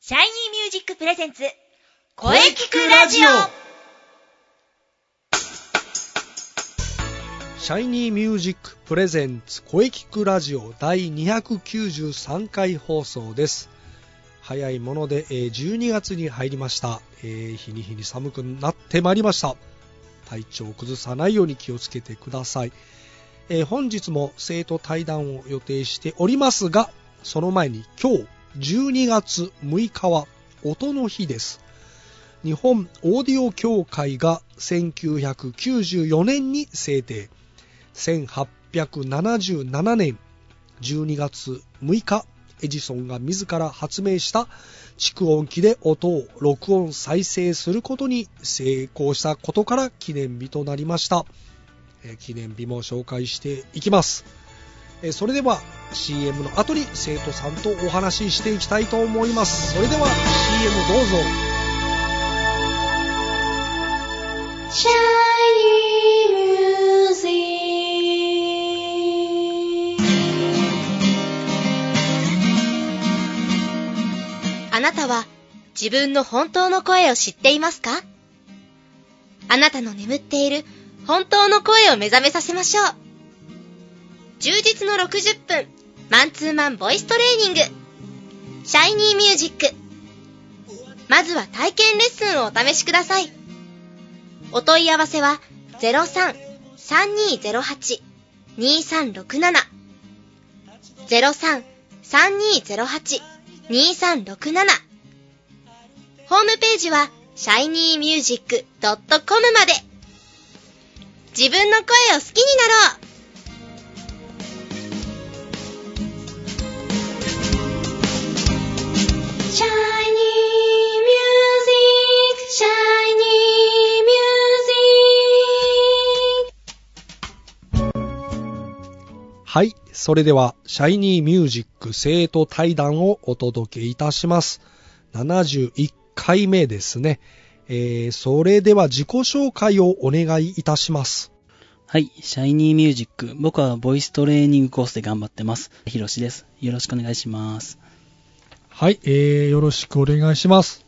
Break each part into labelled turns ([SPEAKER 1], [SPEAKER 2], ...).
[SPEAKER 1] シャイニーミュージックプレゼンツ、声聞くラジオ
[SPEAKER 2] シャイニーミュージックプレゼンツ声聞くラジオ第293回放送です。早いもので、えー12月に入りました、えー日に日に寒くなってまいりました。体調を崩さないように気をつけてください。えー本日も生徒対談を予定しておりますが、その前に今日12月6日は音の日です。日本オーディオ協会が1994年に制定。1877年12月6日エジソンが自ら発明した蓄音機で音を録音再生することに成功したことから記念日となりました、えー記念日も紹介していきますえーそれでは CM の後に生徒さんとお話ししていきたいと思いますそれでは CM どうぞ
[SPEAKER 1] シャイニーミュージックあなたは自分の本当の声を知っていますかあなたの眠っている本当の声を目覚めさせましょう。充実の60分、マンツーマンボイストレーニング。シャイニーミュージック。まずは体験レッスンをお試しください。お問い合わせは03-3208-2367 03-3208-2367ホームページは shinymusic.com まで自分の声を好きになろうシャイニーミュージック、シャイニーミュージッ
[SPEAKER 2] はい。それでは、シャイニーミュージック生徒対談をお届けいたします。71回目ですね。えー、それでは自己紹介をお願いいたします。
[SPEAKER 3] はい、シャイニーミュージック。僕はボイストレーニングコースで頑張ってます。ひろしです。よろしくお願いします。
[SPEAKER 2] はい。えー、よろしくお願いします。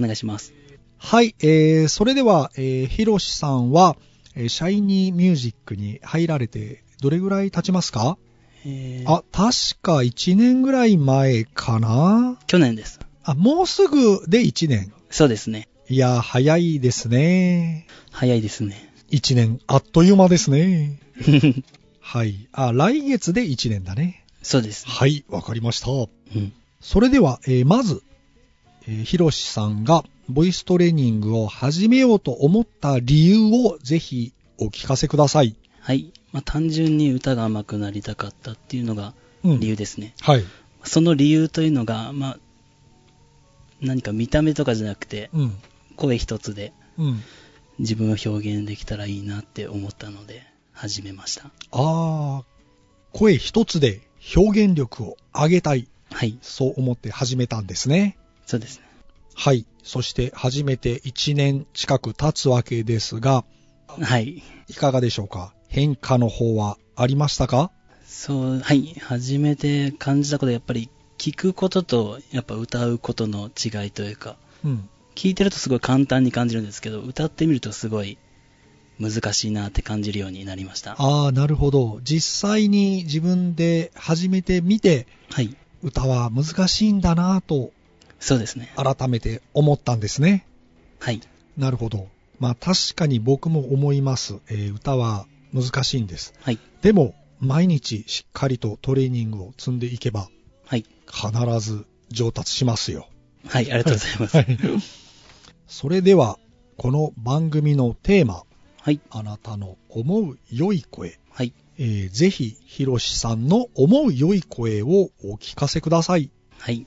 [SPEAKER 3] お願いします。
[SPEAKER 2] はい。えー、それでは、えー、ひろしさんは、えーシャイニーミュージックに入られて、どれぐらい経ちますか
[SPEAKER 3] えー、
[SPEAKER 2] あ、確か1年ぐらい前かな
[SPEAKER 3] 去年です。
[SPEAKER 2] あ、もうすぐで1年。
[SPEAKER 3] そうですね。
[SPEAKER 2] いやー、早いですね。
[SPEAKER 3] 早いですね。
[SPEAKER 2] 一年、あっという間ですね。はい。あ、来月で一年だね。
[SPEAKER 3] そうです。
[SPEAKER 2] はい、わかりました。
[SPEAKER 3] うん。
[SPEAKER 2] それでは、えーまず、えーひろしさんがボイストレーニングを始めようと思った理由をぜひお聞かせください。
[SPEAKER 3] はい。まあ、単純に歌が上手くなりたかったっていうのが
[SPEAKER 2] うん
[SPEAKER 3] 理由ですね。
[SPEAKER 2] はい。
[SPEAKER 3] その理由というのが、まあ、何か見た目とかじゃなくて、
[SPEAKER 2] うん。
[SPEAKER 3] 声一つで
[SPEAKER 2] うん。
[SPEAKER 3] 自分を表現できたらいいなって思ったので、始めました。
[SPEAKER 2] あー、声一つで表現力を上げたい。
[SPEAKER 3] はい。
[SPEAKER 2] そう思って始めたんですね。
[SPEAKER 3] そうですね。
[SPEAKER 2] はい。そして初めて一年近く経つわけですが、
[SPEAKER 3] はい。
[SPEAKER 2] いかがでしょうか変化の方はありましたか
[SPEAKER 3] そう、はい。初めて感じたことはやっぱり聞くこととやっぱ歌うことの違いというか、
[SPEAKER 2] うん。
[SPEAKER 3] 聞いてるとすごい簡単に感じるんですけど、歌ってみるとすごい難しいなって感じるようになりました。
[SPEAKER 2] ああ、なるほど。実際に自分で始めてみて、
[SPEAKER 3] はい。
[SPEAKER 2] 歌は難しいんだなぁと
[SPEAKER 3] そうですね。
[SPEAKER 2] 改めて思ったんですね。
[SPEAKER 3] はい。
[SPEAKER 2] なるほど。まあ確かに僕も思います。えー歌は難しいんです。
[SPEAKER 3] はい。
[SPEAKER 2] でも、毎日しっかりとトレーニングを積んでいけば、
[SPEAKER 3] はい。
[SPEAKER 2] 必ず上達しますよ。
[SPEAKER 3] はい。ありがとうございます。
[SPEAKER 2] はいそれでは、この番組のテーマ、
[SPEAKER 3] はい。
[SPEAKER 2] あなたの思う良い声、
[SPEAKER 3] はい。
[SPEAKER 2] えーぜひ、ひろしさんの思う良い声をお聞かせください。
[SPEAKER 3] はい。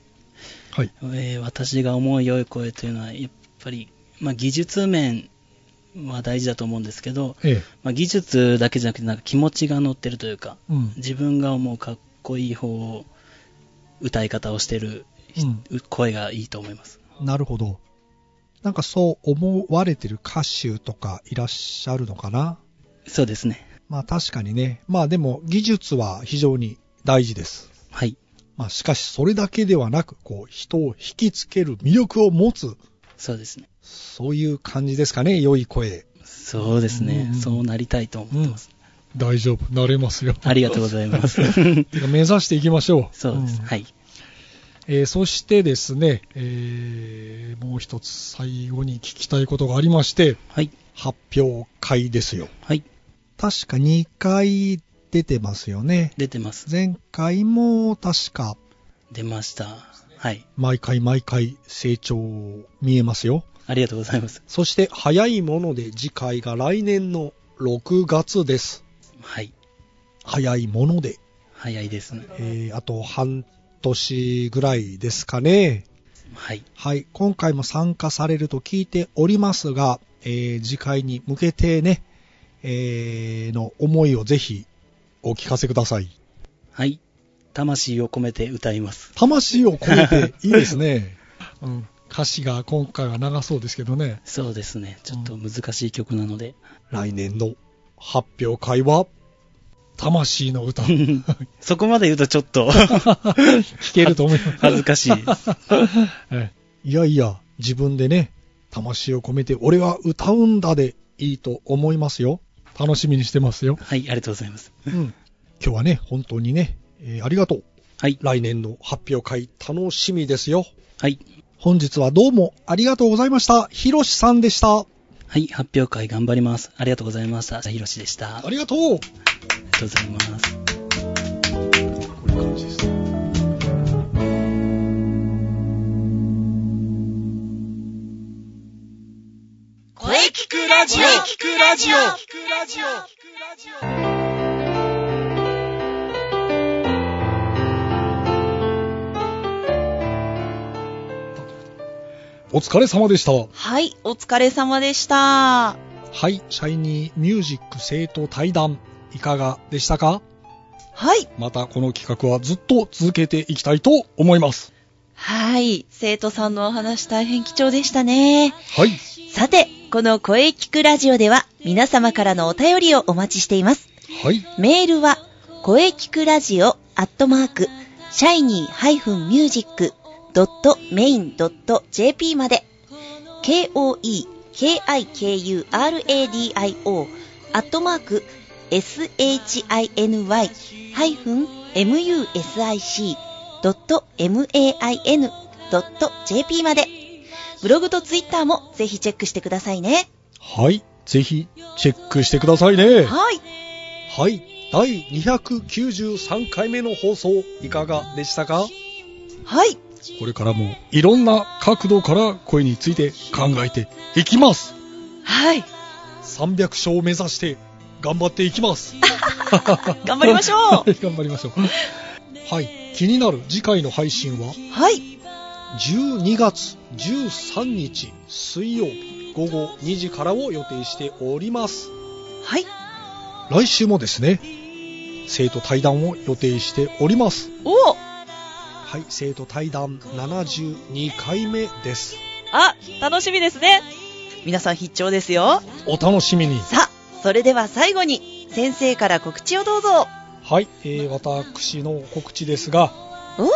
[SPEAKER 2] はい。
[SPEAKER 3] えー私が思う良い声というのは、やっぱり、まあ、技術面は大事だと思うんですけど、
[SPEAKER 2] ええ。
[SPEAKER 3] まあ、技術だけじゃなくて、なんか気持ちが乗ってるというか、
[SPEAKER 2] うん。
[SPEAKER 3] 自分が思うかっこいい方を歌い方をしてる、う声がいいと思います
[SPEAKER 2] なるほど。なんかそう思われてる歌手とかいらっしゃるのかな
[SPEAKER 3] そうですね
[SPEAKER 2] まあ確かにね。まあでも技術は非常に大事です。
[SPEAKER 3] はい
[SPEAKER 2] まあ、しかしそれだけではなく、こう、人を引きつける魅力を持つ、
[SPEAKER 3] そうですね。
[SPEAKER 2] そういう感じですかね、良い声。
[SPEAKER 3] そうですね。
[SPEAKER 2] うん
[SPEAKER 3] そうなりたいと思ってます。
[SPEAKER 2] 大丈夫、なれ ますよ。
[SPEAKER 3] ありがとうござい ます。
[SPEAKER 2] てか目指していきましょう。
[SPEAKER 3] そうです。
[SPEAKER 2] ん
[SPEAKER 3] はい。
[SPEAKER 2] えーそしてですね、えーもう一つ最後に聞きたいことがありまして、
[SPEAKER 3] はい。
[SPEAKER 2] 発表会ですよ。
[SPEAKER 3] はい。
[SPEAKER 2] 確か2回出てますよね。
[SPEAKER 3] 出てます。
[SPEAKER 2] 前回も確か、
[SPEAKER 3] 出ました。はい。
[SPEAKER 2] 毎回毎回成長見えますよ。
[SPEAKER 3] ありがとうございます。
[SPEAKER 2] そして早いもので次回が来年の6月です。
[SPEAKER 3] はい。
[SPEAKER 2] 早いもので。
[SPEAKER 3] 早いですね。
[SPEAKER 2] えーあと半年ぐらいですかね。
[SPEAKER 3] はい。
[SPEAKER 2] はい、今回も参加されると聞いておりますが、えー次回に向けてね、えーの思いをぜひお聞かせください。
[SPEAKER 3] はい。魂を込めて歌います。
[SPEAKER 2] 魂を込めていいですね。 うん、歌詞が今回は長そうですけどね。
[SPEAKER 3] そうですね。ちょっと難しい曲なので。
[SPEAKER 2] 来年の発表会は、魂の 歌。聞
[SPEAKER 3] そこまで言うとちょっと
[SPEAKER 2] けると思います。
[SPEAKER 3] 恥ずかしい。
[SPEAKER 2] ええいやいや、自分でね、魂を込めて俺は歌うんだでいいと思いますよ。楽しみにしてますよ。
[SPEAKER 3] はい、ありがとうございます。
[SPEAKER 2] 今日はね、本当にね、えーありがとう。
[SPEAKER 3] はい。
[SPEAKER 2] 来年の発表会楽しみですよ。
[SPEAKER 3] はい。
[SPEAKER 2] 本日はどうもありがとうございました。ひろしさんでした。
[SPEAKER 3] はい、発表会頑張ります。ありがとうございました。ひろしでした。あ
[SPEAKER 2] ありがとう。
[SPEAKER 3] りがとうございます。
[SPEAKER 1] 声聞くラジオ声聞くラジオ
[SPEAKER 2] お疲れ様でした。
[SPEAKER 4] はい、お疲れ様でした。
[SPEAKER 2] はい、シャイニーミュージック生徒対談、いかがでしたか
[SPEAKER 4] はい。
[SPEAKER 2] またこの企画はずっと続けていきたいと思います。
[SPEAKER 4] はい、生徒さんのお話大変貴重でしたね。
[SPEAKER 2] はい。
[SPEAKER 4] さて、この声聞くラジオでは皆様からのお便りをお待ちしています。
[SPEAKER 2] はい。
[SPEAKER 4] メールは、声聞くラジオアットマーク、シャイニー -music.main.jp まで、k-o-e-k-i-k-u-r-a-d-i-o アットマーク、shiny-music.main.jp まで、ブログとツイッターもぜひチェックしてくださいね。
[SPEAKER 2] はい。ぜひ、チェックしてくださいね。
[SPEAKER 4] はい。
[SPEAKER 2] はい。第293回目の放送、いかがでしたか
[SPEAKER 4] はい。
[SPEAKER 2] これからも、いろんな角度から声について考えていきます。
[SPEAKER 4] はい。
[SPEAKER 2] 300勝を目指して、頑張っていきます。
[SPEAKER 4] 頑張りましょう
[SPEAKER 2] 頑張りましょう。はい。気になる次回の配信は、
[SPEAKER 4] はい。
[SPEAKER 2] 12月13日水曜日午後2時からを予定しております。
[SPEAKER 4] はい。
[SPEAKER 2] 来週もですね、生徒対談を予定しております。
[SPEAKER 4] おお
[SPEAKER 2] はい、生徒対談72回目です。
[SPEAKER 4] あ、楽しみですね。皆さん必聴ですよ。
[SPEAKER 2] お楽しみに。
[SPEAKER 4] さあ、それでは最後に、先生から告知をどうぞ。
[SPEAKER 2] はい、えー私の告知ですが、
[SPEAKER 4] おお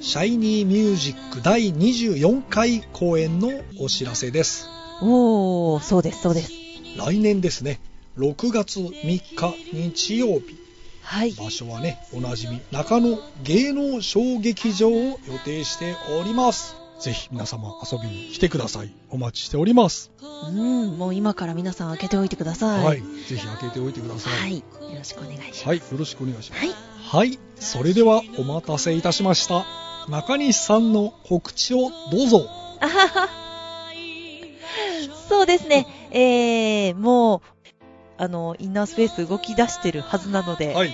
[SPEAKER 2] シャイニーミュージック第24回公演のお知らせです。
[SPEAKER 4] おおそうです、そうです。
[SPEAKER 2] 来年ですね、6月3日日曜日、
[SPEAKER 4] はい。
[SPEAKER 2] 場所はね、おなじみ中野芸能小劇場を予定しております。ぜひ皆様遊びに来てください。お待ちしております。
[SPEAKER 4] うん、もう今から皆さん開けておいてください。
[SPEAKER 2] はい、ぜひ開けておいてくださ。
[SPEAKER 4] はいい。よろしくお願いします。
[SPEAKER 2] はい、よろしくお願いします。
[SPEAKER 4] はい。
[SPEAKER 2] はい、それではお待たせいたしました。中西さんの告知をどうぞ。
[SPEAKER 4] あはは。そうですね。えー、もう、あの、インナースペース動き出してるはずなので、
[SPEAKER 2] はい、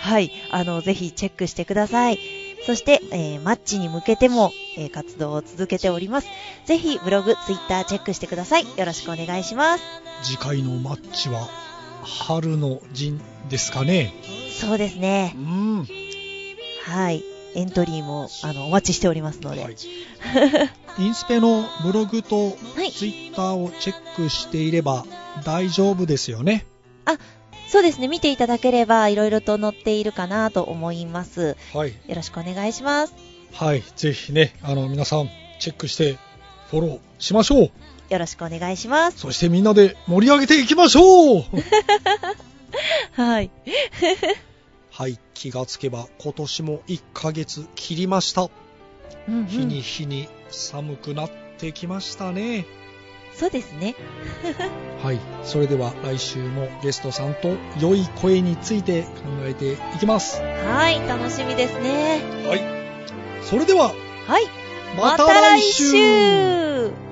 [SPEAKER 4] はい。あの、ぜひチェックしてください。そして、えーマッチに向けても、えー活動を続けております。ぜひ、ブログ、ツイッターチェックしてください。よろしくお願いします。
[SPEAKER 2] 次回のマッチは春の陣ですかね。
[SPEAKER 4] そうですね。
[SPEAKER 2] ん、は
[SPEAKER 4] はい。エントリーも、あの、お待ちしておりますので。はい。
[SPEAKER 2] い。インスペのブログと
[SPEAKER 4] はい
[SPEAKER 2] ツイッターをチェックしていれば大丈夫ですよね。
[SPEAKER 4] そうですね見ていただければいろいろと載っているかなと思います
[SPEAKER 2] はい、
[SPEAKER 4] よろしくお願いします
[SPEAKER 2] はい、ぜひね、あの皆さんチェックしてフォローしましょう。
[SPEAKER 4] よろしくお願いします
[SPEAKER 2] そしてみんなで盛り上げていきまし ょう。
[SPEAKER 4] はい
[SPEAKER 2] はい、気がつけば今年も1ヶ月切りました。
[SPEAKER 4] うんうん
[SPEAKER 2] 日に日に寒くなってきましたね。
[SPEAKER 4] そうですね
[SPEAKER 2] はい、それでは来週もゲストさんと良い声について考えていきます。
[SPEAKER 4] はい楽しみですね
[SPEAKER 2] はい。それでは、
[SPEAKER 4] はい
[SPEAKER 2] また来週
[SPEAKER 4] また来週